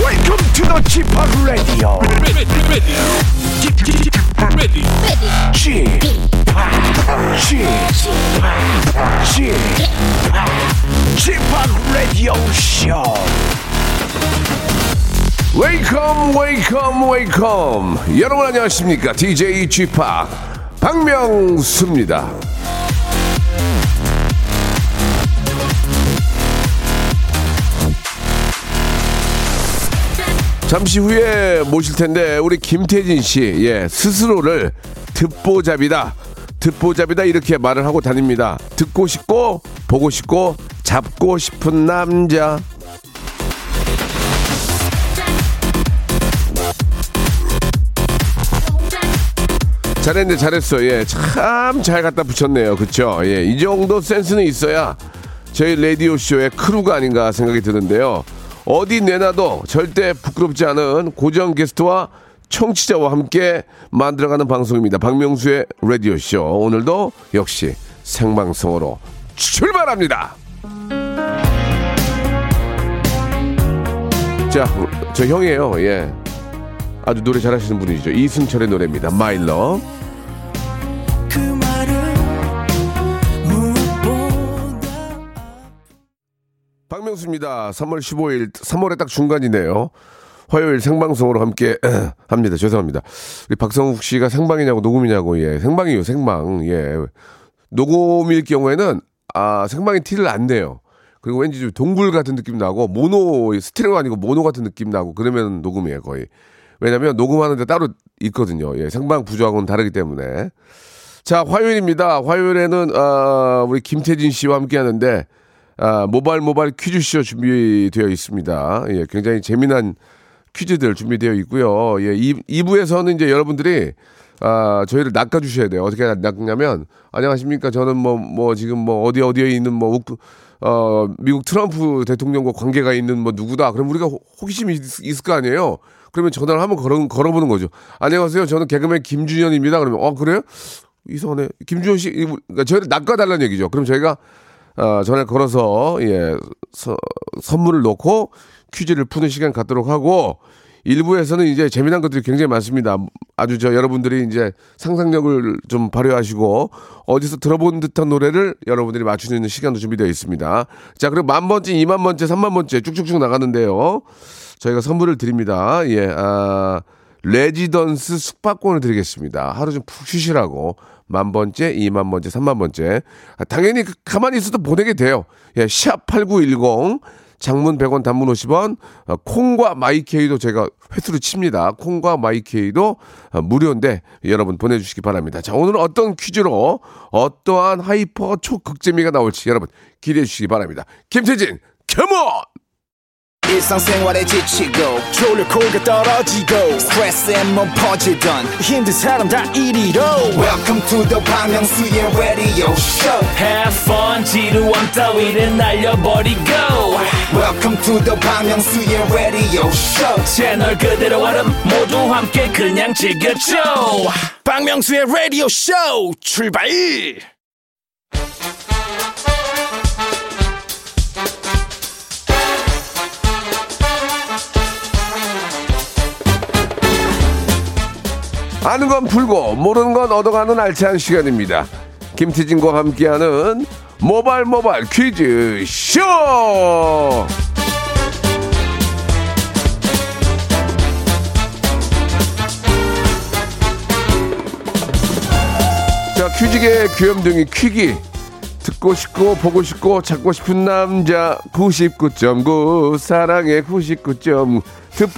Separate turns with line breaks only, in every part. Welcome to the g p o p Radio.
ready, ready, ready, ready.
g p o p g p o p g p o p Radio Show.
웨이컴 웨이컴 웨이컴 여러분 안녕하십니까 DJ g p 파 박명수입니다 잠시 후에 모실 텐데 우리 김태진 씨 예, 스스로를 듣보잡이다 듣보잡이다 이렇게 말을 하고 다닙니다 듣고 싶고 보고 싶고 잡고 싶은 남자 잘했네 잘했어 예 참 잘 갖다 붙였네요 그쵸 예이 정도 센스는 있어야 저희 라디오 쇼의 크루가 아닌가 생각이 드는데요 어디 내놔도 절대 부끄럽지 않은 고정 게스트와 청취자와 함께 만들어가는 방송입니다 박명수의 라디오 쇼 오늘도 역시 생방송으로 출발합니다. 자, 저 형이에요. 예. 아주 노래 잘하시는 분이죠. 이승철의 노래입니다. My Love.
그 말을 무엇보다
박명수입니다. 3월 15일, 3월에 딱 중간이네요. 화요일 생방송으로 함께 합니다. 죄송합니다. 우리 박성욱 씨가 생방이냐고 녹음이냐고, 예. 생방이요, 생방. 예. 녹음일 경우에는, 아, 생방이 티를 안 내요. 그리고 왠지 좀 동굴 같은 느낌 나고, 모노, 스트레오 아니고 모노 같은 느낌 나고, 그러면 녹음이에요, 거의. 왜냐면 녹음하는데 따로 있거든요. 예, 생방 부조하고는 다르기 때문에. 자, 화요일입니다. 화요일에는 아, 우리 김태진 씨와 함께 하는데 아, 모발 모발 퀴즈쇼 준비되어 있습니다. 예, 굉장히 재미난 퀴즈들 준비되어 있고요. 예, 2, 부에서는 이제 여러분들이 아, 저희를 낚아 주셔야 돼요. 어떻게 낚냐면 안녕하십니까? 저는 뭐 뭐 지금 뭐 어디 어디에 있는 뭐 우크- 어, 미국 트럼프 대통령과 관계가 있는 뭐 누구다. 그럼 우리가 호- 호기심이 있- 있을 거 아니에요. 그러면 전화를 한번 걸어, 걸어보는 거죠. 안녕하세요. 저는 개그맨 김준현입니다. 그러면 어 그래요? 이상하네. 김준호 씨, 이분- 그러니까 저희를 낚아달라는 얘기죠. 그럼 저희가 어, 전화 걸어서 예 서- 선물을 넣고 퀴즈를 푸는 시간 갖도록 하고 일부에서는 이제 재미난 것들이 굉장히 많습니다. 아주 저 여러분들이 이제 상상력을 좀 발휘하시고 어디서 들어본 듯한 노래를 여러분들이 맞추는 시간도 준비되어 있습니다. 자, 그럼 만 번째, 이만 번째, 삼만 번째 쭉쭉쭉 나가는데요. 저희가 선물을 드립니다. 예, 아, 레지던스 숙박권을 드리겠습니다. 하루 좀 푹 쉬시라고. 만 번째, 이만 번째, 삼만 번째. 아, 당연히 그- 가만히 있어도 보내게 돼요. 예, 샵8910. 장문 100원, 단문 50원, 어, 콩과 마이케이도 제가 횟수를 칩니다. 콩과 마이케이도 어, 무료인데 여러분 보내주시기 바랍니다. 자, 오늘은 어떤 퀴즈로 어떠한 하이퍼 초극재미가 나올지 여러분 기대해 주시기 바랍니다. 김태진, 컴온!
일상생활에 지치고, 졸려 코가 떨어지고, 스트레스에 몸 퍼지던, 힘든 사람 다 이리로. welcome to the Bang Myung-soo's radio show
Have fun, 지루한 따위를 날려버리고
welcome to the Bang Myung-soo's radio show
채널 그대로 얼음 모두 함께 그냥 즐겨줘
박명수의 라디오 쇼 출발
아는 건 풀고 모르는 건 얻어가는 알찬 시간입니다. 김태진과 함께하는 모발 모발 퀴즈 쇼. 자 퀴즈계 귀염둥이 퀴기 듣고 싶고 보고 싶고 찾고 싶은 남자 99.9 사랑의 99.9 듣,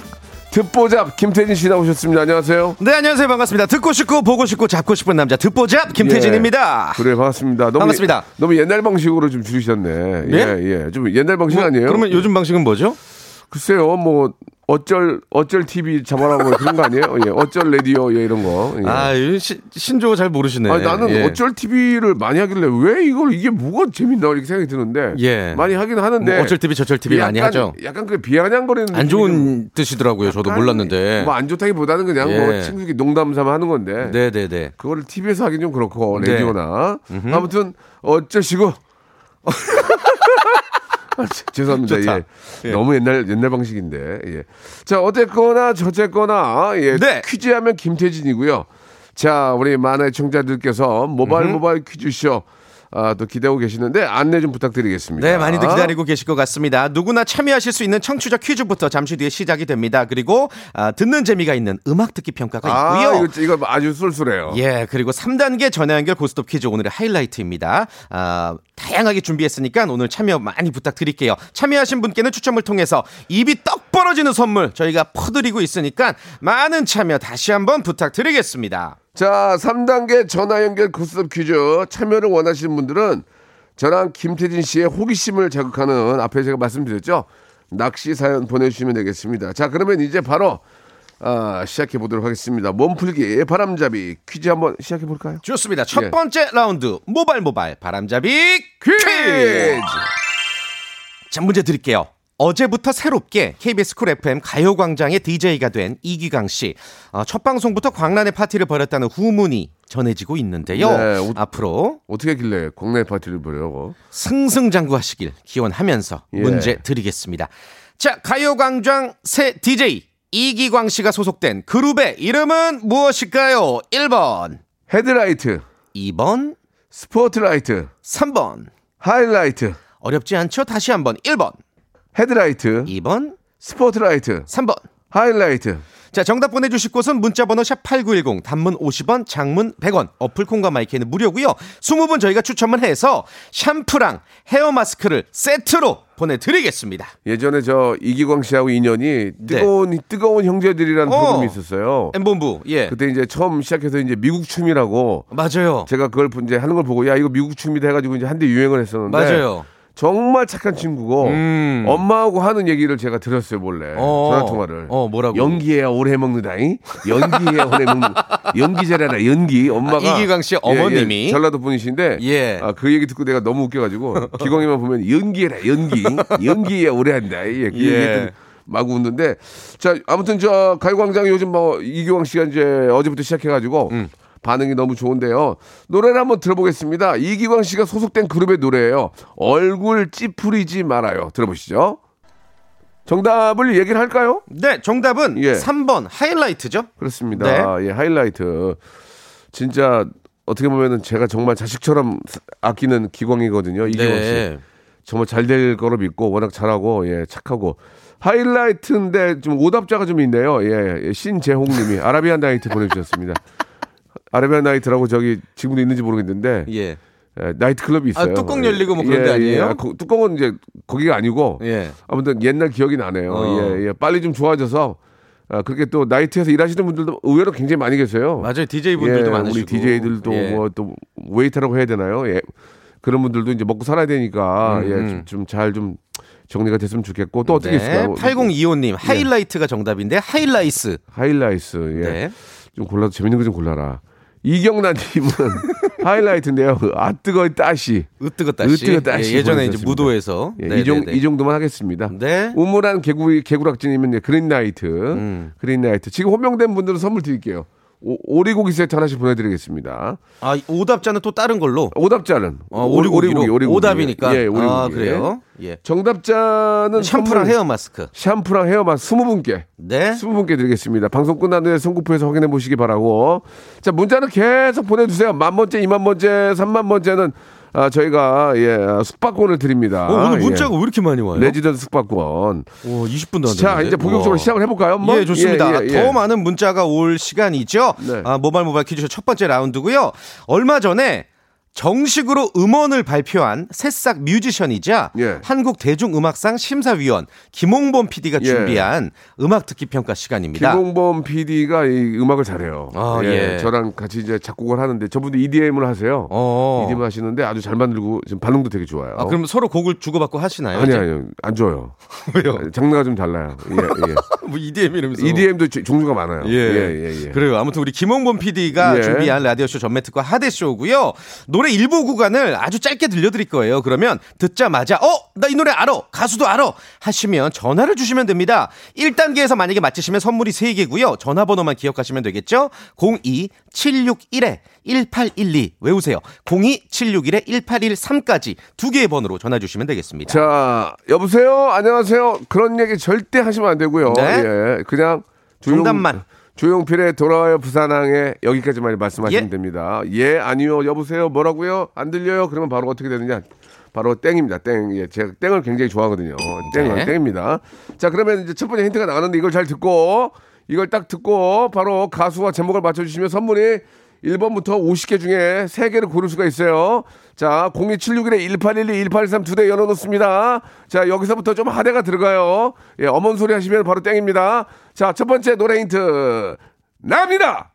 듣보잡 김태진 씨 나오셨습니다. 안녕하세요.
네 안녕하세요 반갑습니다 듣고 싶고 보고 싶고 잡고 싶은 남자 듣보잡 김태진입니다
그래 반갑습니다. 너무
반갑습니다.
예- 너무 옛날 방식으로 좀 줄이셨네. 예, 예.
예?
좀 옛날 방식
뭐,
아니에요?
그러면 요즘 방식은 뭐죠?
글쎄요. 뭐 어쩔 어쩔 TV 잡아라 뭐 그런 거 아니에요? 예. 어쩔 라디오 예 이런 거. 예.
아 이거 시- 신조어 잘 모르시네
아니, 나는
예.
어쩔 TV를 많이 하길래 왜 이걸 이게 뭐가 재밌나 이렇게 생각이 드는데
예.
많이 하긴 하는데
뭐 어쩔 TV 저쩔 TV
예, 약간-
많이 하죠
약간 그 비아냥거리는
안 좋은 뜻이더라고요 저도 몰랐는데
뭐안 좋다기보다는 그냥
예.
뭐 친구끼리 농담 삼아 하는 건데
네네네
그거를 TV에서 하긴 좀 그렇고
네.
라디오나 아무튼 어쩌시고 죄송합니다.
좋다.
예.
예.
너무 옛날 옛날 방식인데. 예. 자 어쨌거나 저쨌거나 예.
네.
퀴즈하면 김태진이고요. 자 우리 만화의 청자들께서 모바일 모바일 퀴즈쇼 아, 또 기대하고 계시는데 안내 좀 부탁드리겠습니다.
네, 많이들 기다리고 계실 것 같습니다. 누구나 참여하실 수 있는 청취자 퀴즈부터 잠시 뒤에 시작이 됩니다. 그리고 아, 듣는 재미가 있는 음악 듣기 평가가
아,
있고요.
이거, 이거 아주 쏠쏠해요.
예, 그리고 3단계 전화 연결 고스톱 퀴즈 오늘의 하이라이트입니다. 아, 다양하게 준비했으니까 오늘 참여 많이 부탁드릴게요. 참여하신 분께는 추첨을 통해서 입이 떡 벌어지는 선물 저희가 퍼드리고 있으니까 많은 참여 다시 한번 부탁드리겠습니다.
자, 3단계 전화 연결 급습 퀴즈 참여를 원하시는 분들은 저랑 김태진 씨의 호기심을 자극하는 앞에 제가 말씀드렸죠. 낚시 사연 보내주시면 되겠습니다. 자, 그러면 이제 바로 아, 시작해 보도록 하겠습니다. 몸풀기 바람잡이 퀴즈 한번 시작해 볼까요?
좋습니다.
예.
첫 번째 라운드 모발 모발 바람잡이
퀴즈!
퀴즈. 자, 문제 드릴게요. 어제부터 새롭게 KBS 쿨 FM 가요광장의 DJ가 된 이기강 씨. 어, 첫 방송부터 광란의 파티를 벌였다는 후문이 전해지고 있는데요.
네, 오-
앞으로
어떻게 길래 국내 파티를 보려고?
승승장구하시길 기원하면서
예.
문제 드리겠습니다. 자, 가요광장 새 DJ 이기광 씨가 소속된 그룹의 이름은 무엇일까요? 1번,
헤드라이트,
2번,
스포트라이트,
3번.
하이라이트,
어렵지 않죠? 다시 한번 1번,
헤드라이트,
2번,
스포트라이트,
3번.
하이라이트.
자, 정답 보내주실 곳은 문자번호 샵8910, 단문 50원, 장문 100원, 어플 콩과 마이크는 무료고요 20분 저희가 추첨을 해서 샴푸랑 헤어 마스크를 세트로 보내드리겠습니다.
예전에 저 이기광 씨하고 인연이 뜨거운 뜨거운 형제들이라는
네. 어.
프로그램이 있었어요.
엠본부, 예.
그때 이제 처음 시작해서 이제 미국 춤이라고
맞아요.
제가 그걸 이제 하는 걸 보고 야 이거 미국 춤이다 해가지고 이제 한데 유행을 했었는데
맞아요.
정말 착한 친구고
음.
엄마하고 하는 얘기를 제가 들었어요 몰래
어.
전화 통화를
어, 뭐라고?
연기해야 오래 먹는다잉 연기해야 오래 먹는 연기 잘해라 연기 엄마가
아, 이기광 씨의
예, 예,
어머님이?
전라도 분이신데
예.
아, 그 얘기 듣고 내가 너무 웃겨가지고 기광이만 보면 연기해라 연기 연기해야 오래 한다 예, 그
예.
얘기 듣고 마구 웃는데 자 아무튼 저 가요광장 요즘 뭐 이기광 씨가 이제 어제부터 시작해가지고 반응이 너무 좋은데요 노래를 한번 들어보겠습니다 이기광 씨가 소속된 그룹의 노래예요 얼굴 찌푸리지 말아요 들어보시죠 정답을 얘기를 할까요?
네, 정답은
예.
3번 하이라이트죠.
그렇습니다 예 하이라이트 진짜 어떻게 보면은 제가 정말 자식처럼 아끼는 기광이거든요 이기광
네.
씨 정말 잘 될 거로 믿고 워낙 잘하고 예 착하고 하이라이트인데 좀 오답자가 좀 있네요. 예, 예, 신재홍님이 아라비안 나이트 보내주셨습니다. 아라비안 나이트라고 저기 지금도 있는지 모르겠는데
예.
예, 나이트 클럽이 있어요.
아, 뚜껑 열리고 뭐 그런 데
예, 예.
아니에요?
아, 거- 뚜껑은 이제 거기가 아니고
예.
아무튼 옛날 기억이 나네요.
어.
예, 예. 빨리 좀 좋아져서 아, 그렇게 또 나이트에서 일하시는 분들도 의외로 굉장히 많이 계세요.
맞아요. DJ 분들도
예,
많으시고.
우리 DJ들도
예.
뭐 또 웨이터라고 해야 되나요? 예. 그런 분들도 이제 먹고 살아야 되니까 예, 좀 잘 좀 정리가 됐으면 좋겠고 또 어떻게
음, 네,
있을까요? 예.
8025님 하이라이트가 정답인데 하이라이스.
하이라이트. 예.
네.
좀 골라 재밌는 거 좀 골라라. 이경란 님은 하이라이트인데요. 아 뜨거운 따시.
으뜨거다시.
으뜨거다시
예, 전에 이제
보내주셨습니다.
무도에서
예,
네,
이, 정,
네, 네.
이 정도만 하겠습니다.
네.
우물한 개구, 개구락지님은 이제 그린나이트.
음.
그린나이트. 지금 호명된 분들은 선물 드릴게요. 오, 리고기 세트 하나씩 보내드리겠습니다.
아, 오답자는 또 다른 걸로.
오답자는
어, 오리고기로. 오답이니까.
예, 오리고기.
아, 그래요?
예.
예.
정답자는
샴푸랑
선물-
헤어 마스크.
샴푸랑 헤어마스크 20분께
네.
20분께 드리겠습니다. 방송 끝난 후에 선구표에서 확인해 보시기 바라고. 자, 문자는 계속 보내주세요. 만 번째, 이만 번째, 삼만 번째는 아, 저희가 예, 숙박권을 드립니다.
어, 오늘
예.
문자가 왜 이렇게 많이 와요?
레지던트 숙박권.
오, 20분도 안
자,
됐는데.
이제 본격적으로
우와.
시작을 해볼까요? 한번?
예, 좋습니다.
예, 예,
더
예.
많은 문자가 올 시간이죠.
네.
아, 모발 모발 퀴즈쇼 첫 번째 라운드고요. 얼마 전에 정식으로 음원을 발표한 새싹 뮤지션이자
예.
한국 대중음악상 심사위원 김홍범 PD가
예.
준비한 음악 듣기 평가 시간입니다.
김홍범 PD가 이 음악을 잘해요.
아,
예,
예.
저랑 같이 이제 작곡을 하는데 저분도 EDM을 하세요.
어.
EDM 을 하시는데 아주 잘 만들고 지금 반응도 되게 좋아요.
아, 그럼 서로 곡을 주고받고 하시나요?
아니 아니요 안 줘요.
왜요?
장르가 좀 달라요. 예, 예.
어. 뭐 EDM 이러면서.
EDM도 종류가 많아요.
예.
예, 예, 예.
그래요. 아무튼 우리 김홍범 PD가
예.
준비한 라디오쇼 전매특과 하대쇼고요. 노래 노래 일부 구간을 아주 짧게 들려드릴 거예요. 그러면 듣자마자 어 나 이 노래 알아 가수도 알아 하시면 전화를 주시면 됩니다. 1단계에서 만약에 맞히시면 선물이 3개고요. 전화번호만 기억하시면 되겠죠. 02761-1812 외우세요. 02761-1813까지 두 개의 번호로 전화 주시면 되겠습니다.
자, 여보세요? 안녕하세요? 그런 얘기 절대 하시면 안 되고요.
네.
예, 그냥
정답만.
조용필의 돌아와요 부산항에 여기까지만 말씀하시면
예.
됩니다. 예, 아니요, 여보세요, 뭐라고요? 안 들려요? 그러면 바로 어떻게 되느냐? 바로 땡입니다. 땡. 예, 제가 땡을 굉장히 좋아하거든요. 땡은
네.
땡입니다. 자, 그러면 이제 첫 번째 힌트가 나가는데 이걸 잘 듣고 이걸 딱 듣고 바로 가수와 제목을 맞춰주시면 선물이 1번부터 50개 중에 3개를 고를 수가 있어요. 자, 02761-1812-1813 두 대 열어놓습니다. 자, 여기서부터 좀 하대가 들어가요. 예, 어먼 소리 하시면 바로 땡입니다. 자, 첫 번째 노래 힌트. 납니다!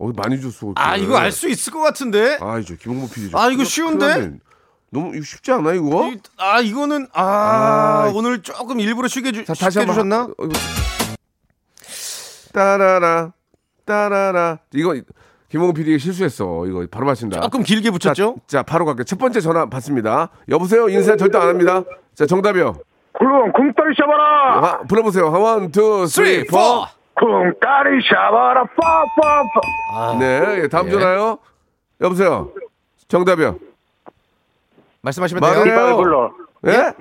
어, 많이 줬어.
아 이거 알 수 있을 것 같은데.
아, 이거 김홍보 PD. 죠.
아, 이거 쉬운데?
너무 이거 쉽지 않아, 이거?
이- 아 이거는
어?
아,
아,
오늘 조금 일부러 쉬게 주,
자,
쉽게 주셨나?
하- 어, 이거. 따라라 따라라 이거 김홍 PD가 실수했어 이거 바로 맞습니다
조금 길게 붙였죠?
자, 자 바로 갈게요 첫 번째 전화 받습니다 여보세요 인사 절대 안 합니다 자 정답이요
그럼 쿵따리 샤바라
하, 불러보세요 원, 투, 쓰리, 포
쿵따리 샤바라 빠빠빠
네, 예, 다음 전화요 여보세요 정답이요
말씀하시면 돼요.
말해요.
디바 왜 불러
예?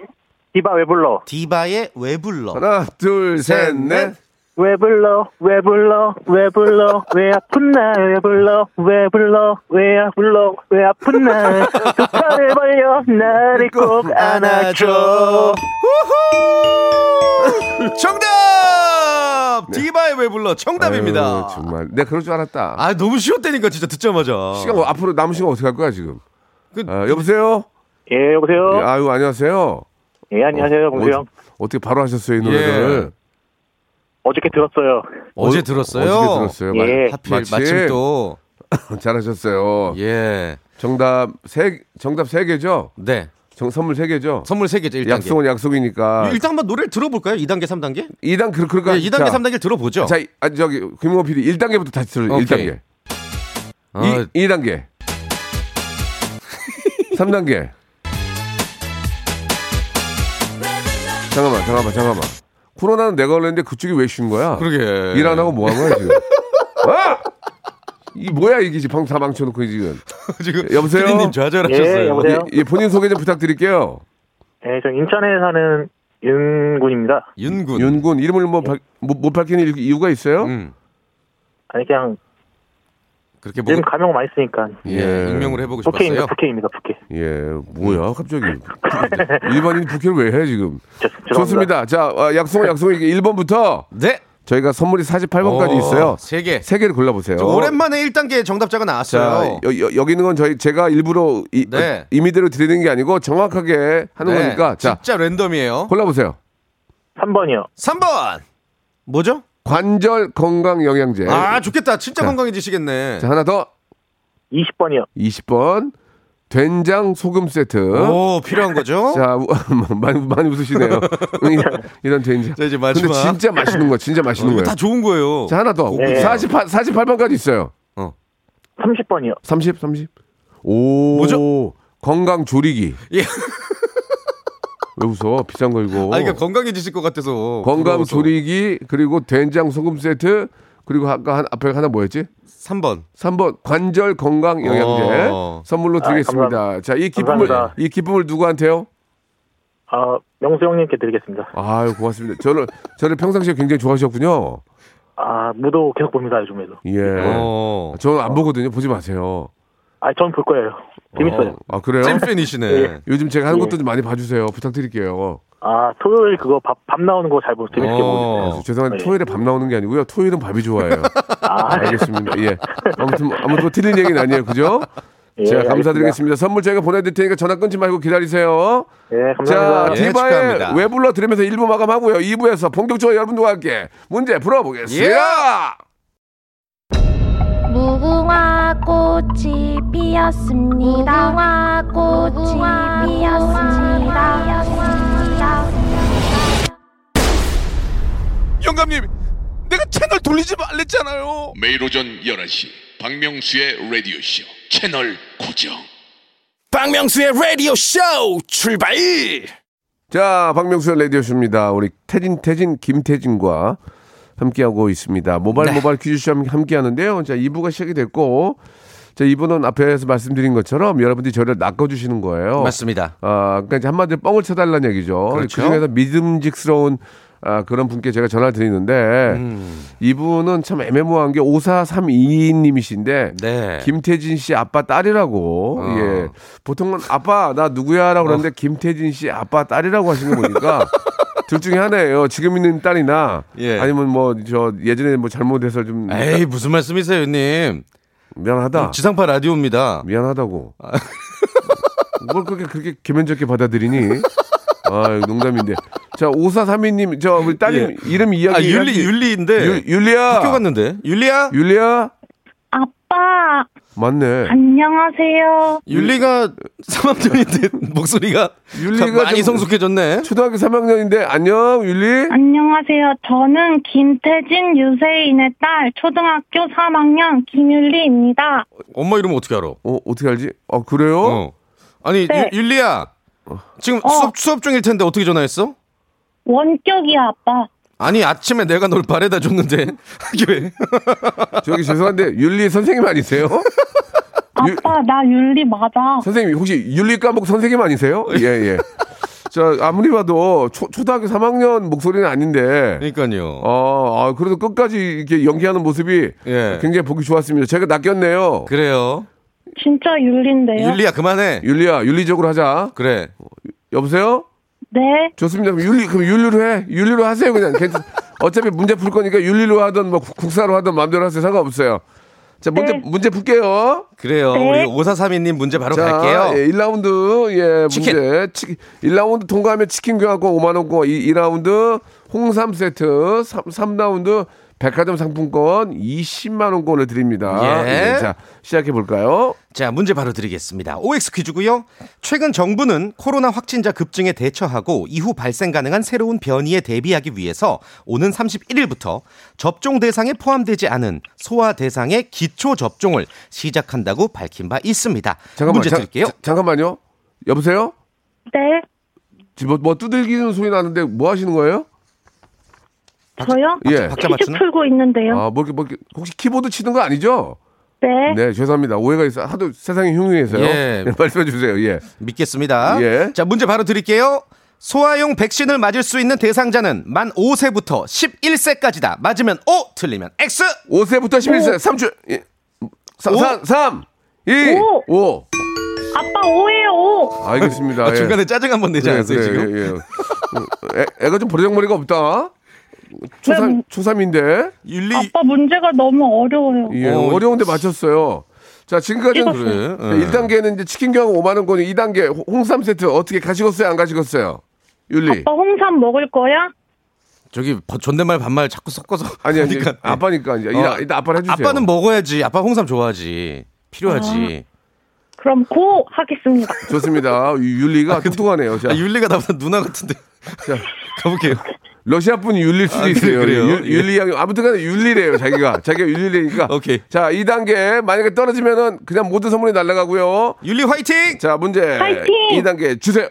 디바 왜 불러
디바의 왜 불러?
하나 둘셋넷
왜 불러 왜 불러 왜 불러 왜 아픈 날 왜 불러 왜 불러 왜 아- 불러 왜 아픈 날두 팔을 벌려 나를 꼭 안아줘
우후! 정답! 디바의 왜 불러? 정답입니다.
네. 어, 정말 내가 그럴 줄 알았다
아 너무 쉬웠다니까 진짜 듣자마자.
시간 뭐, 앞으로 남은 시간 어떻게 할 거야 지금
그- 어?
아, 여보세요
예
예,
여보세요
아유 안녕하세요
예 안녕하세요 공수형
어, 떻게 바로 하셨어요 이
예.
노래를?
어저께 들었어요
어제
어,
들었어요.
어떻게 들었어요? 마-
예.
하필 마침, 또
잘하셨어요.
예.
정답 세 정답 세 개죠?
네.
정, 선물 세 개죠?
선물 세 개죠. 1단계.
약속은 약속이니까.
일단 한번 노래를 들어볼까요? 2단계, 3단계?
2단 그럴 그럴
예, 2단계, 3단계를 들어보죠.
자, 이- 아, 저기 김홍호 PD 1단계부터 다시 들어.
오케이.
1단계.
아,
이 2단계. 3단계. 잠깐만, 잠깐만, 잠깐만. 코로나는 내가 걸렸는데 그쪽이 왜 쉬운 거야?
그러게.
일 안 하고 뭐 한 거야 지금? 아! 이 뭐야 이게 지금 방다 망쳐놓고 지금.
지금
여보세요?
피디님 좌절하셨어요.
예 여보세요
예, 예, 본인 소개 좀 부탁드릴게요.
예저 인천에 사는 윤군입니다
윤군. 네.
윤군 이름을 뭐 밝- 못, 못 밝히는 일- 이유가 있어요?
음.
아니 그냥
그렇게 보고
요즘 감염 많이 쓰니까
예. 익명을 해보고
부캐입니다
싶었어요.
부캐입니다 부캐
예,
음.
뭐야 갑자기 일반인 부캐를 왜 해 지금?
죄- 죄송합니다.
좋습니다. 자, 어, 약속은 약속이게 1번부터
네.
저희가 선물이 48번까지
오,
있어요.
세 개.
세 개를 골라보세요.
저 오랜만에 1단계 정답자가
어. 자,
나왔어요.
여, 여, 기 있는 건 저희 제가 일부러 이,
네.
미대로 드리는 게 아니고 정확하게 하는
네,
거니까 자
진짜 랜덤이에요.
골라보세요.
3번이요
3번. 뭐죠?
관절 건강 영양제.
아, 좋겠다. 진짜
자.
건강해지시겠네.
자, 하나 더
20번이요
20번 된장 소금 세트.
오, 필요한 거죠?
자, 우- 많이, 많이 웃으시네요. 이런, 이런 된장.
자, 이제 마지막. 어,
근데 진짜 맛있는 거, 진짜 맛있는
이거
거예요.
다 좋은 거예요.
자, 하나 더.
네.
48, 48번까지 있어요.
30번이요
30, 30. 오.
뭐죠?
건강 조리기.
예.
왜 웃어? 비싼 거 이거.
아, 그러니까 건강해지실 것 같아서.
건강
부러워서.
조리기, 그리고 된장 소금 세트, 그리고 아까 한, 앞에 하나 뭐였지?
3번.
3번 관절 건강 영양제
어.
선물로 드리겠습니다.
아, 감사합니다.
자, 이 기쁨을
감사합니다.
이 기쁨을 누구한테요?
아 명수 형님께 드리겠습니다
아유 고맙습니다. 저를 저를 평상시에 굉장히 좋아하셨군요.
아 무도 계속 봅니다 요즘에도
예.
어.
저는 안 보거든요. 보지 마세요.
아 저는 볼 거예요 재밌어요
어, 아 그래요?
찐팬이시네.
예.
요즘 제가 하는 것도 좀 많이 봐주세요. 부탁드릴게요.
아 토요일 그거 밥, 밥 나오는 거 잘 재밌게 보고 있어요
어.
죄송한데
네.
토요일에 밥 나오는 게 아니고요. 토요일은 밥이 좋아해요. 알겠습니다. 예. 아무튼 아무튼 뭐 틀린 얘기는 아니에요. 그죠?
예,
자
알겠습니다.
감사드리겠습니다. 선물 저희가 보내드릴 테니까 전화 끊지 말고 기다리세요.
예
자,
감사합니다
예, 축하합니다.
디바의 왜 불러 들으면서 1부 마감하고요. 2부에서 본격적으로 여러분들과 함께 문제
예!
풀어보겠습니다.
무궁화 꽃이 피었습니다. 무궁화 꽃이 피었습니다.
매일 오전 11시 박명수의 라디오 쇼 채널 고정.
박명수의 라디오 쇼 출발
자, 박명수의 라디오쇼입니다. 우리 태진, 태진, 김태진과 함께하고 있습니다.
네.
모발, 모발 퀴즈쇼 함- 함께하는데요. 자, 2부가 시작이 됐고, 자, 2부는 앞에서 말씀드린 것처럼 여러분들이 저를 낚아주시는 거예요.
맞습니다.
아, 그러니까 이제 한마디로 뻥을 쳐달라는 얘기죠.
그렇죠.
중에서 믿음직스러운 아, 그런 분께 제가 전화를 드리는데,
음.
이분은 참 애매모호한 게 5432님이신데,
네.
김태진 씨 아빠 딸이라고,
어.
예. 보통은 아빠, 나 누구야라고 그러는데, 김태진 씨 아빠 딸이라고 하시는 거 보니까, 둘 중에 하나예요. 지금 있는 딸이나,
예.
아니면 뭐, 저, 예전에 뭐 잘못해서 좀,
에이 무슨 말씀이세요, 형님?
미안하다.
지상파 라디오입니다.
미안하다고.
아.
뭘 그렇게 그렇게 개면적게 받아들이니? 아, 농담인데. 자, 5432님, 저 우리 따님
예.
이름 이야기.
아 윤리
이야기.
윤리인데
유- 윤리야.
학교 갔는데 윤리야?
윤리야?
아빠,
맞네.
안녕하세요.
윤리가 3학년인데 목소리가
윤리가
참 많이
좀-
성숙해졌네.
초등학교 3학년인데 안녕, 윤리.
안녕하세요. 저는 김태진 유세인의 딸, 초등학교 3학년 김윤리입니다.
엄마 이름 어떻게 알아?
어, 어떻게 알지? 아, 그래요?
어. 아니
네. 어.
유- 윤리야 지금 수업 수업 중일 텐데 어떻게 전화했어?
원격이야, 아빠.
아니 아침에 내가 널 발에다 줬는데 학교에
저기 죄송한데 윤리 선생님 아니세요? 그 유-
아빠, 나 윤리 맞아.
선생님 혹시 윤리 과목 선생님 아니세요? 예, 예. 자, 아무리 봐도 초, 초등학교 3학년 목소리는 아닌데
그러니까요.
어, 아, 그래도 끝까지 이렇게 연기하는 모습이
예.
굉장히 보기 좋았습니다. 제가 낚였네요.
그래요.
진짜 윤리인데요.
윤리야 그만해.
윤리야, 윤리적으로 하자.
그래.
여보세요?
네.
좋습니다. 그럼 윤리, 그럼 윤리로 해. 윤리로 하세요, 그냥. 괜찮, 어차피 문제 풀 거니까 윤리로 하든 뭐 국- 국사로 하든 마음대로 하세요. 상관없어요. 자, 문제,
네.
문제 풀게요.
그래요. 우리 5432님 문제 바로
자,
갈게요.
예, 1라운드, 예,
치킨.
문제. 치, 1라운드 통과하면 치킨 교환권 5만원권, 2라운드 홍삼 세트, 3, 삼라운드 백화점 상품권 20만원권을 드립니다.
예.
자, 시작해볼까요?
자, 문제 바로 드리겠습니다. OX 퀴즈고요. 최근 정부는 코로나 확진자 급증에 대처하고 이후 발생 가능한 새로운 변이에 대비하기 위해서 오는 31일부터 접종 대상에 포함되지 않은 소아 대상의 기초 접종을 시작한다고 밝힌 바 있습니다. 문제
자-
드릴게요.
자- 잠깐만요. 여보세요?
네.
지금 뭐, 뭐 두들기는 소리 나는데 뭐 하시는 거예요?
저요? 아,
예.
박자
퀴즈
맞추나?
풀고 있는데요.
아, 뭐, 이렇게- 뭐, 이렇게 혹시 키보드 치는 거 아니죠?
네.
네, 죄송합니다. 오해가 있어. 하도 세상이 흉흉해서요.
예.
네, 말씀해 주세요. 예.
믿겠습니다.
예.
자, 문제 바로 드릴게요. 소아용 백신을 맞을 수 있는 대상자는 만 5세부터 11세까지다. 맞으면 O, 틀리면 X.
5세부터 11세, 삼 3주, 예. 3,
오.
3, 3, 2,
오.
5.
아빠, 오예요, 오.
알겠습니다.
아, 중간에 짜증 한번 내지 않았어요, 지금?
예, 예. 어, 애, 애가 좀 버르장머리가 없다. 초삼, 초삼인데.
윤리
아빠 문제가 너무 어려워요.
예,
어,
어, 려운데 맞췄어요. 자, 지금까지는
찍었어요. 그래, 예.
1단계는 이제 치킨 경우 5만 원권, 2단계 홍삼 세트 어떻게 가시겠어요? 안 가시겠어요? 윤리.
아빠 홍삼 먹을 거야?
저기 버- 존댓말 반말 자꾸 섞어서
아니, 아니,
하니까.
아빠니까 이제
어.
일단 아빠를 해주세요.
아빠는 먹어야지. 아빠 홍삼 좋아하지. 필요하지.
그럼 고 하겠습니다.
좋습니다. 유- 윤리가 뚱뚱하네요. 자,
아, 윤리가 나보다 누나 같은데.
자,
가볼게요.
러시아 분 윤리일 수도
아, 그래,
있어요.
그래요?
윤- 윤리 양이 아무튼간에 윤리래요. 자기가 자기가 윤리래니까.
오케이.
자, 2단계 만약에 떨어지면은 그냥 모든 선물이 날아가고요.
윤리 화이팅!
자, 문제
파이팅!
2단계 주세요.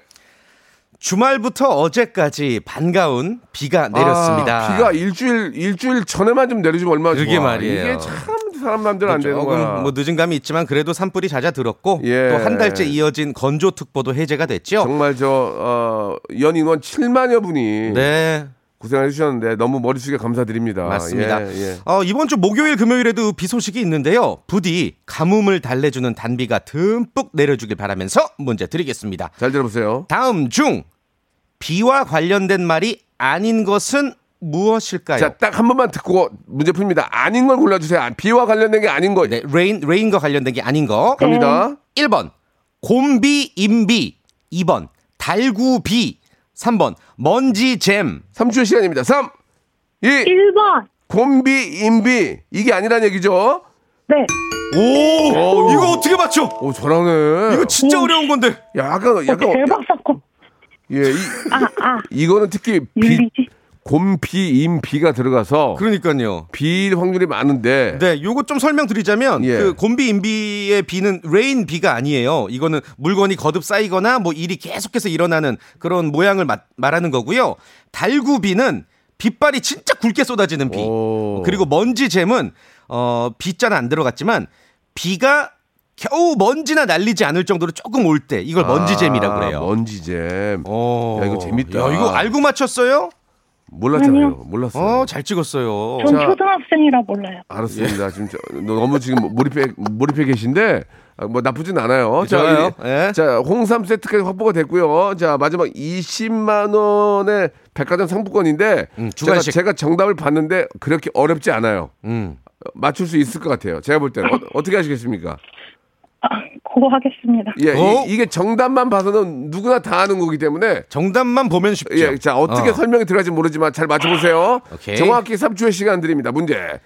주말부터 어제까지 반가운 비가 내렸습니다.
아, 비가 일주일 일주일 전에만 좀 내려주면 얼마나
그러게
좋아.
말이에요.
이게 참 사람 마음대로 안 되는 거야.
조금 뭐 늦은 감이 있지만 그래도 산불이 잦아들었고
예.
또 한 달째 이어진 건조특보도 해제가 됐죠.
정말 저 어, 연인원 7만여 분이
네.
고생해 주셨는데 너무 머릿속에 감사드립니다.
맞습니다.
예, 예.
어, 이번 주 목요일 금요일에도 비 소식이 있는데요. 부디 가뭄을 달래주는 단비가 듬뿍 내려주길 바라면서 문제 드리겠습니다.
잘 들어보세요.
다음 중 비와 관련된 말이 아닌 것은 무엇일까요?
자, 딱 한 번만 듣고 문제 풉니다. 아닌 걸 골라주세요. 아, 비와 관련된 게 아닌 거.
네, 레인 레인과 관련된 게 아닌 거.
갑니다.
1번 곰비 임비 2번 달구비 3번 먼지잼
3초 시간입니다. 3, 2,
1번.
곰비, 임비. 이게 아니란 얘기죠?
네.
오, 이거 어떻게 맞춰?
오, 잘하네.
이거 진짜 어려운 건데.
약간, 약간.
대박 사건.
예, 이,
아, 예, 아.
이거는 특히 비,
윤리지.
곰비, 임비가 들어가서
그러니까요.
비일 확률이 많은데
네, 요거 좀 설명드리자면
예.
그 곰비 인비의 비는 레인 비가 아니에요. 이거는 물건이 거듭 쌓이거나 뭐 일이 계속해서 일어나는 그런 모양을 마- 말하는 거고요. 달구 비는 빗발이 진짜 굵게 쏟아지는 비.
오.
그리고 먼지 잼은 어 비자는 안 들어갔지만 비가 겨우 먼지나 날리지 않을 정도로 조금 올 때 이걸 먼지 잼이라고 그래요.
아, 먼지잼.
어.
야, 이거 재밌다.
야, 이거 알고 맞췄어요?
몰랐잖아요.
아니요.
몰랐어요.
어, 잘 찍었어요.
전
자.
초등학생이라 몰라요.
알았습니다. 지금 저, 너- 너무 지금 몰입해 몰입해 계신데 아, 뭐 나쁘진 않아요.
좋아요.
이-
예.
자 홍삼 세트까지 확보가 됐고요. 자 마지막 20만 원의 백화점 상품권인데
음, 두
제가,
가지씩.
제가 정답을 봤는데 그렇게 어렵지 않아요.
음.
어, 맞출 수 있을 것 같아요. 제가 볼 때는 어, 떻게 하시겠습니까?
아, 그거 하겠습니다.
예,
어?
이, 게 정답만 봐서는 누구나 다 아는 거기 때문에
정답만 보면 쉽죠.
예, 자 어떻게
어.
설명이 들어갈지 모르지만 잘 맞춰보세요.
오케이.
정확히 3초의 시간 드립니다. 문제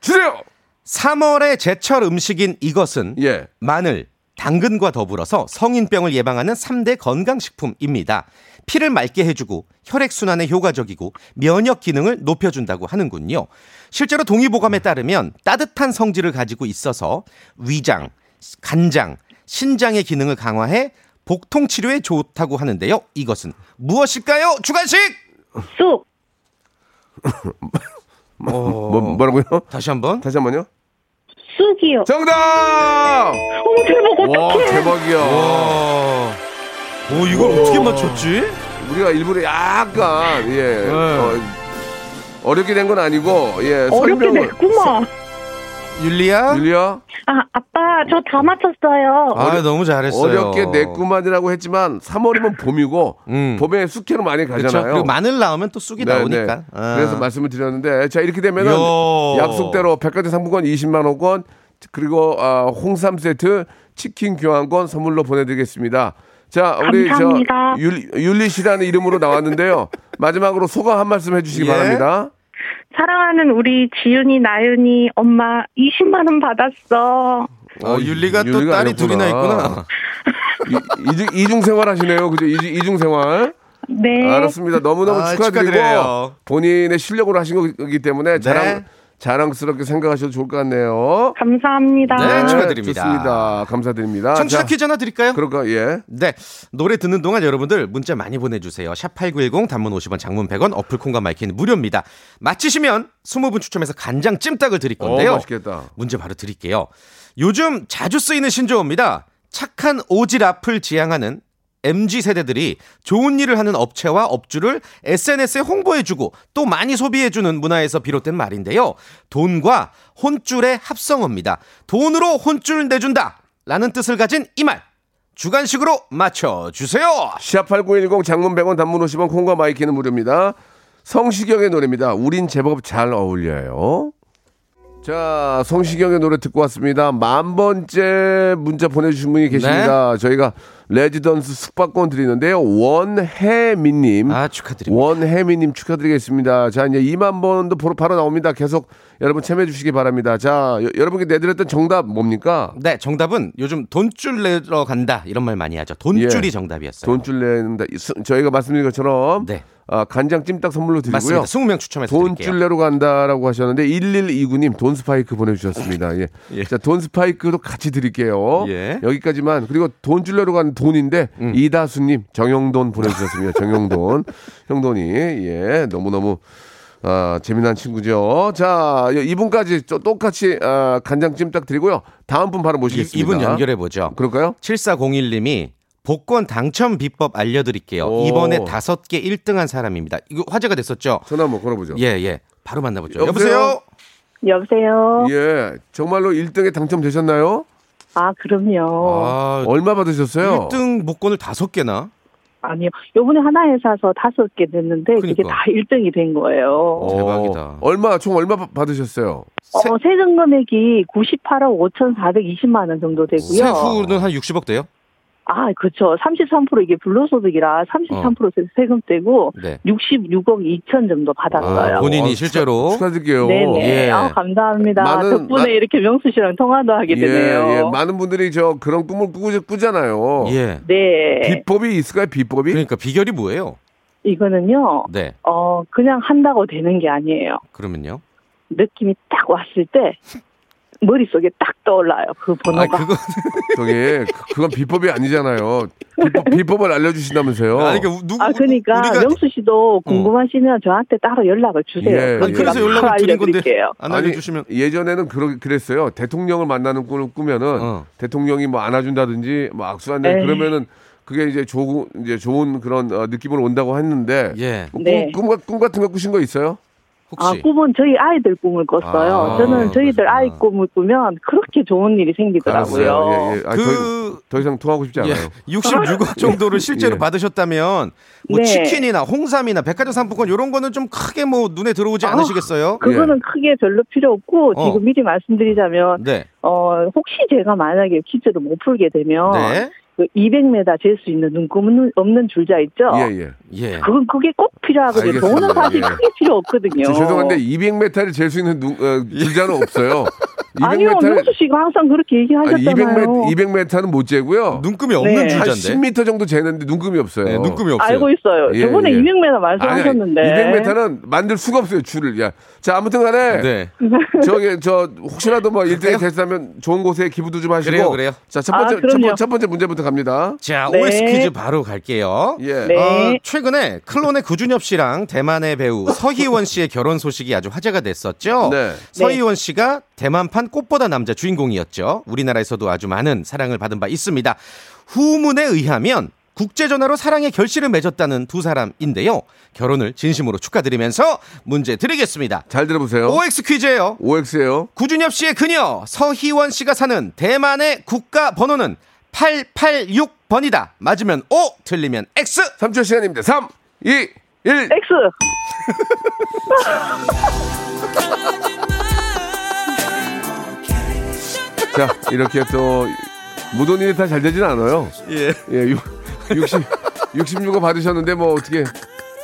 주세요.
3월의 제철 음식인 이것은
예.
마늘, 당근과 더불어서 성인병을 예방하는 3대 건강식품입니다. 피를 맑게 해주고 혈액순환에 효과적이고 면역 기능을 높여준다고 하는군요. 실제로 동의보감에 따르면 따뜻한 성질을 가지고 있어서 위장, 간장, 신장의 기능을 강화해 복통 치료에 좋다고 하는데요. 이것은 무엇일까요? 주간식!
쑥.
어.
뭐, 뭐라고요?
다시 한번.
다시 한번요.
쑥이요.
정답!
어머 대박
와
어떡해.
대박이야.
오, 이걸 어떻게 맞췄지?
우리가 일부러 약간 예
네.
어, 렵게 된 건 아니고 예
어렵게
설명을
됐구만.
율리야?
율리야
아 아빠 저 다 맞췄어요.
아, 너무 잘했어요.
어렵게 냈구만이라고 했지만 3월이면 봄이고
음.
봄에 숙회로 많이
그렇죠.
가잖아요.
그리고 마늘 나오면 또 쑥이
네,
나오니까.
네.
아.
그래서 말씀을 드렸는데 자 이렇게 되면은
요.
약속대로 백화점 상품권 20만 원권 그리고 아, 홍삼 세트 치킨 교환권 선물로 보내드리겠습니다. 자 우리
감사합니다.
저 율, 율리 씨라는 이름으로 나왔는데요. 마지막으로 소감 한 말씀 해주시기
예.
바랍니다.
사랑하는 우리 지윤이 나윤이 엄마 20만 원 받았어.
어, 율리가 또
율리가
딸이
아니었구나.
둘이나 있구나.
이- 이중, 이중 생활 하시네요. 그죠? 이중, 이중 생활.
네.
알았습니다. 너무너무
아,
축하드리고
축하드려요. 네.
본인의 실력으로 하신 거기 때문에 자랑, 자랑스럽게 생각하셔도 좋을 것 같네요.
감사합니다.
네, 축하드립니다.
아, 좋습니다. 감사드립니다.
청취자
자,
퀴즈 하나 드릴까요?
그럴까? 예.
네. 노래 듣는 동안 여러분들 문자 많이 보내주세요. 샵8910 단문 50원 장문 100원 어플 콩과 마이킹 무료입니다. 마치시면 20분 추첨해서 간장 찜닭을 드릴 건데요.
어, 맛있겠다.
문제 바로 드릴게요. 요즘 자주 쓰이는 신조어입니다. 착한 오지랖을 지향하는 MZ 세대들이 좋은 일을 하는 업체와 업주를 SNS에 홍보해주고 또 많이 소비해주는 문화에서 비롯된 말인데요. 돈과 혼줄의 합성어입니다. 돈으로 혼줄 내준다 라는 뜻을 가진 이 말. 주간식으로 맞춰주세요.
샵8910 장문 100원 단문 50원 콩과 마이키는 무료입니다. 성시경의 노래입니다. 우린 제법 잘 어울려요. 자, 성시경의 노래 듣고 왔습니다. 만 번째 문자 보내주신 분이 계십니다.
네.
저희가 레지던스 숙박권 드리는데요. 원혜미님.
아, 축하드립니다.
원혜미님 축하드리겠습니다. 자, 이제 2만 번도 바로, 바로 나옵니다. 계속 여러분 참여해 주시기 바랍니다. 자, 여, 러분께 내드렸던 정답 뭡니까?
네, 정답은 요즘 돈줄 내러 간다 이런 말 많이 하죠. 돈줄이
예.
정답이었어요.
돈줄 내는다. 이 수- 저희가 말씀드린 것처럼
네.
아, 간장 찜닭 선물로 드리고요.
맞습니다. 20명 추첨해서 드릴게요.
돈줄 내로 간다라고 하셨는데 1129님 돈 스파이크 보내주셨습니다. 예.
예.
자, 돈 스파이크도 같이 드릴게요.
예. 음.
여기까지만 그리고 돈줄 내로 가는 돈인데 이다수님 정영돈 보내주셨습니다. 정영돈 형돈이 예 너무 너무 아, 재미난 친구죠. 자, 여- 이분까지 저- 똑같이 아, 간장찜닭 드리고요. 다음 분 바로
이-
모시겠습니다.
이분 연결해 보죠.
그럴까요?
7401님이 복권 당첨 비법 알려드릴게요.
오.
이번에 다섯 개 1등한 사람입니다. 이거 화제가 됐었죠?
전화 한번 걸어보죠.
예, 예. 바로 만나보죠.
여보세요?
여보세요?
여보세요.
예, 정말로 1등에 당첨되셨나요?
아
어.
그럼요.
아,
얼마 받으셨어요?
1등 복권을 다섯 개나?
아. 니요 요번에 하나에 사서 다섯 개 됐는데 이게
그러니까.
다 1등이 된 거예요.
어,
대박이다.
얼마 총 얼마 받- 받으셨어요?
어, 세금 금액이 98억 5,420만 원 정도 되고요.
세후는 한 60억 돼요?
아 그렇죠. 33% 이게 불로소득이라 33% 세금 떼고
네.
66억 2천 정도 받았어요.
아, 본인이
어,
실제로.
축하, 드릴게요
네네.
예.
아, 감사합니다.
많은-
덕분에
마-
이렇게 명수 씨랑 통화도 하게 되네요.
예, 많은 분들이 저 그런 꿈을 꾸잖아요.
예. 네.
네.
비법이 있을까요? 비법이?
그러니까 비결이 뭐예요?
이거는요,
네.
어, 그냥 한다고 되는 게 아니에요.
그러면요?
느낌이 딱 왔을 때, 머릿속에 딱 떠올라요. 그 번호가.
저기 그- 그건 비법이 아니잖아요. 비법, 을 알려주신다면서요.
아니, 그러니까 누구
아, 그러니까 명수 씨도 궁금하시면 저한테 따로 연락을 주세요.
예,
그럼
예. 그래서
제가 바로
연락을 드린 건데
알려드릴게요.
안 알려주시면
아니, 예전에는 그러, 그랬어요. 대통령을 만나는 꿈을 꾸면은
어.
대통령이 뭐 안아준다든지 뭐 악수한다
에이.
그러면은 그게 이제 좋은 이제 좋은 그런 어, 느낌으로 온다고 했는데
예
뭐
네.
꿈, 꿈, 꿈 같은 거 꾸신 거 있어요?
아,
혹시
꿈은 저희 아이들 꿈을 꿨어요.
아,
저는 저희들
그러셨구나.
아이 꿈을 꾸면 그렇게 좋은 일이 생기더라고요.
알았어요. 예, 예. 아,
그-
더, 더 이상 통하고 싶지 않아요.
예, 66억 정도를 실제로
예.
받으셨다면 뭐
네.
치킨이나 홍삼이나 백화점 상품권 이런 거는 좀 크게 뭐 눈에 들어오지
아.
않으시겠어요?
그거는
예.
크게 별로 필요 없고
어.
지금 미리 말씀드리자면
네.
어 혹시 제가 만약에 퀴즈를 못 풀게 되면
네.
그 200m 잴 수 있는 눈금 없는 줄자 있죠?
예, 예.
예.
그건 아, 그게 꼭 필요하거든요.
알겠습니다.
돈은 사실
예.
크게 필요 없거든요.
저 죄송한데 200m를 잴 수 있는 눈, 어, 줄자는 없어요. 200m
예. 아니요, 명수 씨가 항상 그렇게
아니,
얘기하셨잖아요.
200m 200m는 못 재고요.
눈금이 없는
네.
한
줄자인데.
10m 정도 재는데 눈금이 없어요.
네, 눈금이 없어요.
알고 있어요.
예,
저번에
예.
200m 아, 말씀하셨는데.
200m는 만들 수가 없어요, 줄을. 야. 자, 아무튼 간에.
네.
저기, 저, 혹시라도 뭐 1등이 됐다면 좋은 곳에 기부도 좀 하시고.
그래요, 그래요.
자, 첫 번째, 첫,
아,
번-
그럼요.
첫 번째 문제부터 갑니다.
자,
네.
OX 퀴즈 바로 갈게요.
예.
네.
어, 최근에 클론의 구준엽 씨랑 대만의 배우 서희원 씨의 결혼 소식이 아주 화제가 됐었죠.
네.
서희원 씨가 대만판 꽃보다 남자 주인공이었죠. 우리나라에서도 아주 많은 사랑을 받은 바 있습니다. 후문에 의하면 국제전화로 사랑의 결실을 맺었다는 두 사람인데요. 결혼을 진심으로 축하드리면서 문제 드리겠습니다.
잘 들어보세요.
OX 퀴즈예요.
OX예요.
구준엽 씨의 그녀 서희원 씨가 사는 대만의 국가 번호는 886번이다. 맞으면 O, 틀리면 X.
3초 시간입니다. 3, 2, 1.
X.
자, 이렇게 또, 모든 일이 다 잘 되진 않아요.
예.
예, 6, 60, 66을 받으셨는데 뭐 어떻게.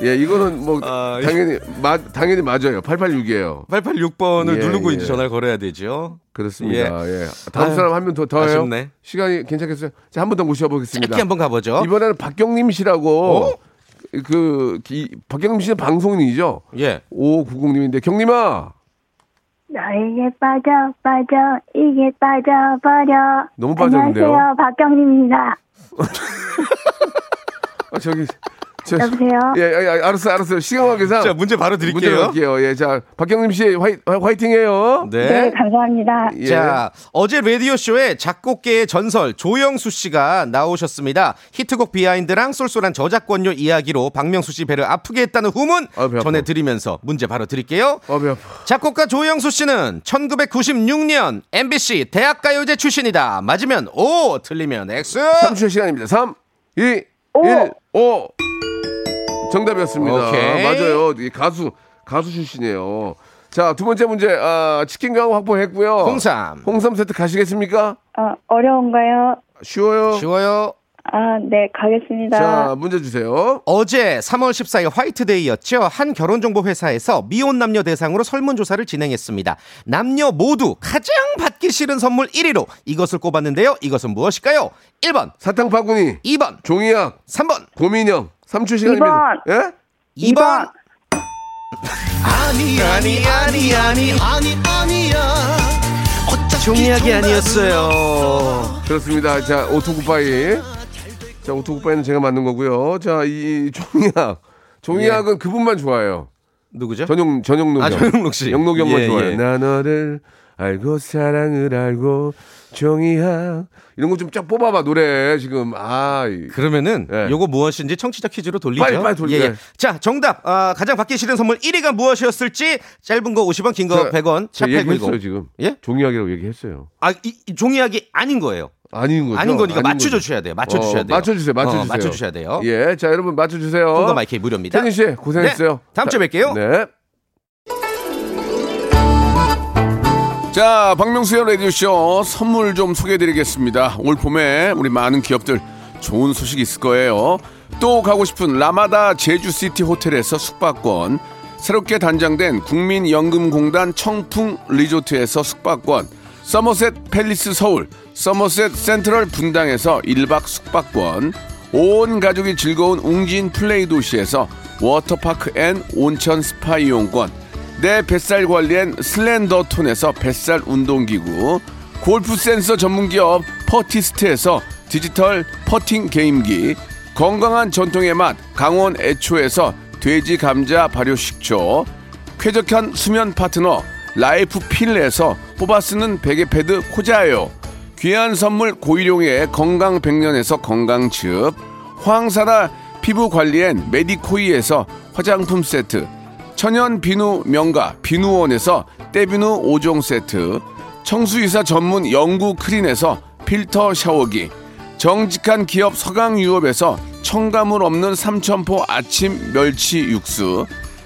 예, 이거는 뭐,
아, 예.
당연히, 마, 당연히 맞아요. 886이에요.
886번을
예,
누르고
예.
이제 전화를 걸어야 되죠.
그렇습니다. 예. 다음
아유,
사람 한 명 더 더요.
아쉽네.
시간이 괜찮겠어요? 자, 한 번 더 모셔보겠습니다.
짧게 한번 가보죠.
이번에는 박경림 씨라고
어?
그 기- 박경림 씨는 방송인이죠.
예.
5590님인데 경림아
너에게 빠져 빠져 이게 빠져 버려.
너무 빠졌는데요?
안녕하세요 박경림입니다.
아, 저기 저,
여보세요?
예, 예, 알았어, 요 알았어. 요 시간 관계상
자, 문제 바로
문제
드릴게요.
갈게요. 예, 자, 박경림 씨 화이, 화이팅해요.
네
네.
감사합니다.
예.
자, 어제 라디오 쇼에 작곡계의 전설 조영수 씨가 나오셨습니다. 히트곡 비하인드랑 쏠쏠한 저작권료 이야기로 박명수 씨 배를 아프게 했다는 후문
아, 배 아파.
전해 드리면서 문제 바로 드릴게요.
어, 배 아파.
작곡가 조영수 씨는 1996년 MBC 대학가요제 출신이다. 맞으면 O, 틀리면 X.
3초 시간입니다. 3, 2, 1, 5. 정답이었습니다.
오케이.
맞아요. 이 가수, 가수 출신이에요. 자, 두 번째 문제. 아, 치킨 강 확보했고요.
홍삼.
홍삼 세트 가시겠습니까?
어, 어려운가요?
쉬워요.
쉬워요.
아 네 가겠습니다.
자, 문제 주세요.
어제 3월 14일 화이트데이였죠. 한 결혼정보회사에서 미혼 남녀 대상으로 설문조사를 진행했습니다. 남녀 모두 가장 받기 싫은 선물 1위로 이것을 꼽았는데요. 이것은 무엇일까요? 1번,
사탕 바구니,
2번,
종이약,
3번,
고민형. 3초 시간입니다. 예?
2번. 아니, 아니, 아니, 아니, 아니, 아니야. 종이학이 아니었어요.
그렇습니다. 자, 오토쿠파이. 자, 오토쿠파이는 제가 만든 거고요. 자, 이 종이약. 종이약은 그분만 좋아해요.
누구죠?
전용 전용 노경.
예. 아, 전용록 씨.
영노경만
예,
좋아해요.
예.
나 너를 알고 사랑을 알고 종이야 이런 거 좀 쫙 뽑아봐 노래 지금 아 이-
그러면은
예.
요거 무엇인지 청취자 퀴즈로 돌리죠.
빨리, 빨리 돌리자.
예, 자, 정답. 아, 가장 받기 싫은 선물 1위가 무엇이었을지 짧은 거 50원, 긴 거
자,
100원.
제가
샵
얘기했어요
8910.
지금
예?
종이학이라고 얘기했어요.
아, 이, 이 종이학이 아닌 거예요.
아닌 거죠.
아닌 거니까
아닌
맞춰
거죠.
주셔야 돼요. 맞춰 주셔야
어,
돼요.
맞춰주세요. 맞춰주세요.
어, 맞춰주셔야 돼요.
예, 자 여러분 맞춰주세요.
콩과 마이크 무료입니다.
태진 씨 고생했어요.
네, 다음 주에 뵐게요.
네.
자, 박명수의 라디오쇼 선물 좀 소개해드리겠습니다. 올 봄에 우리 많은 기업들 좋은 소식 있을 거예요. 또 가고 싶은 라마다 제주시티 호텔에서 숙박권, 새롭게 단장된 국민연금공단 청풍 리조트에서 숙박권, 서머셋 팰리스 서울, 서머셋 센트럴 분당에서 일박 숙박권,
온 가족이 즐거운 웅진 플레이 도시에서 워터파크 앤 온천 스파 이용권, 내 뱃살 관리엔 슬렌더 톤에서 뱃살 운동기구, 골프 센서 전문기업 퍼티스트에서 디지털 퍼팅 게임기, 건강한 전통의 맛 강원 애초에서 돼지 감자 발효식초, 쾌적한 수면 파트너 라이프 필에서 뽑아 쓰는 베개 패드 코자요. 귀한 선물 고일용의 건강 백년에서 건강즙 황사라 피부 관리엔 메디코이에서 화장품 세트 천연 비누 명가 비누원에서 때비누 5종 세트 청수이사 전문 영구 크린에서 필터 샤워기 정직한 기업 서강유업에서 청가물 없는 삼천포 아침 멸치 육수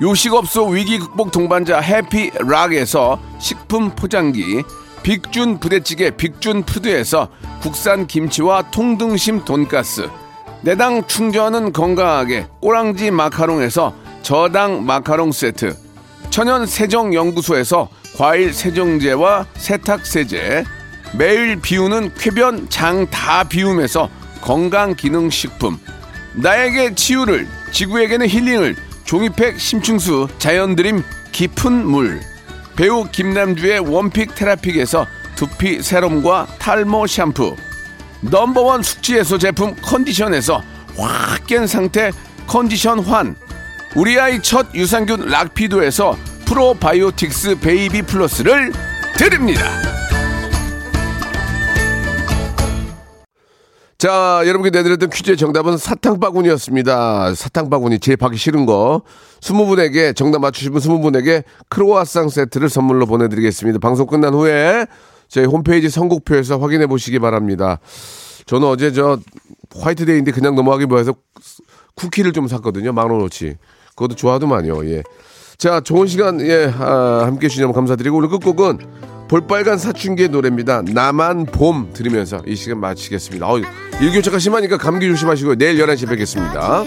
요식업소 위기 극복 동반자 해피락에서 식품 포장기, 빅준 부대찌개 빅준푸드에서 국산 김치와 통등심 돈가스, 내당 충전은 건강하게 꼬랑지 마카롱에서 저당 마카롱 세트, 천연 세정 연구소에서 과일 세정제와 세탁 세제, 매일 비우는 쾌변 장 다 비움에서 건강 기능 식품, 나에게 치유를 지구에게는 힐링을 종이팩 심층수 자연드림 깊은 물 배우 김남주의 원픽 테라픽에서 두피 세럼과 탈모 샴푸 넘버원 숙취해소 제품 컨디션에서 확 깬 상태 컨디션 환 우리 아이 첫 유산균 락피도에서 프로바이오틱스 베이비 플러스를 드립니다.
자, 여러분께 내드렸던 퀴즈의 정답은 사탕바구니였습니다. 사탕바구니, 제일 받기 싫은 거. 20분에게, 정답 맞추신 분 20분에게 크로아상 세트를 선물로 보내드리겠습니다. 방송 끝난 후에 저희 홈페이지 선곡표에서 확인해 보시기 바랍니다. 저는 어제 저 화이트데이인데 그냥 넘어가기 뭐해서 쿠키를 좀 샀거든요. 만 원어치. 그것도 좋아하더만요. 예. 자, 좋은 시간, 예, 아, 함께 해주셔서 너무 감사드리고, 오늘 끝곡은 볼빨간 사춘기의 노래입니다. 나만 봄 들으면서 이 시간 마치겠습니다. 어우, 일교차가 심하니까 감기 조심하시고요. 내일 11시에 뵙겠습니다.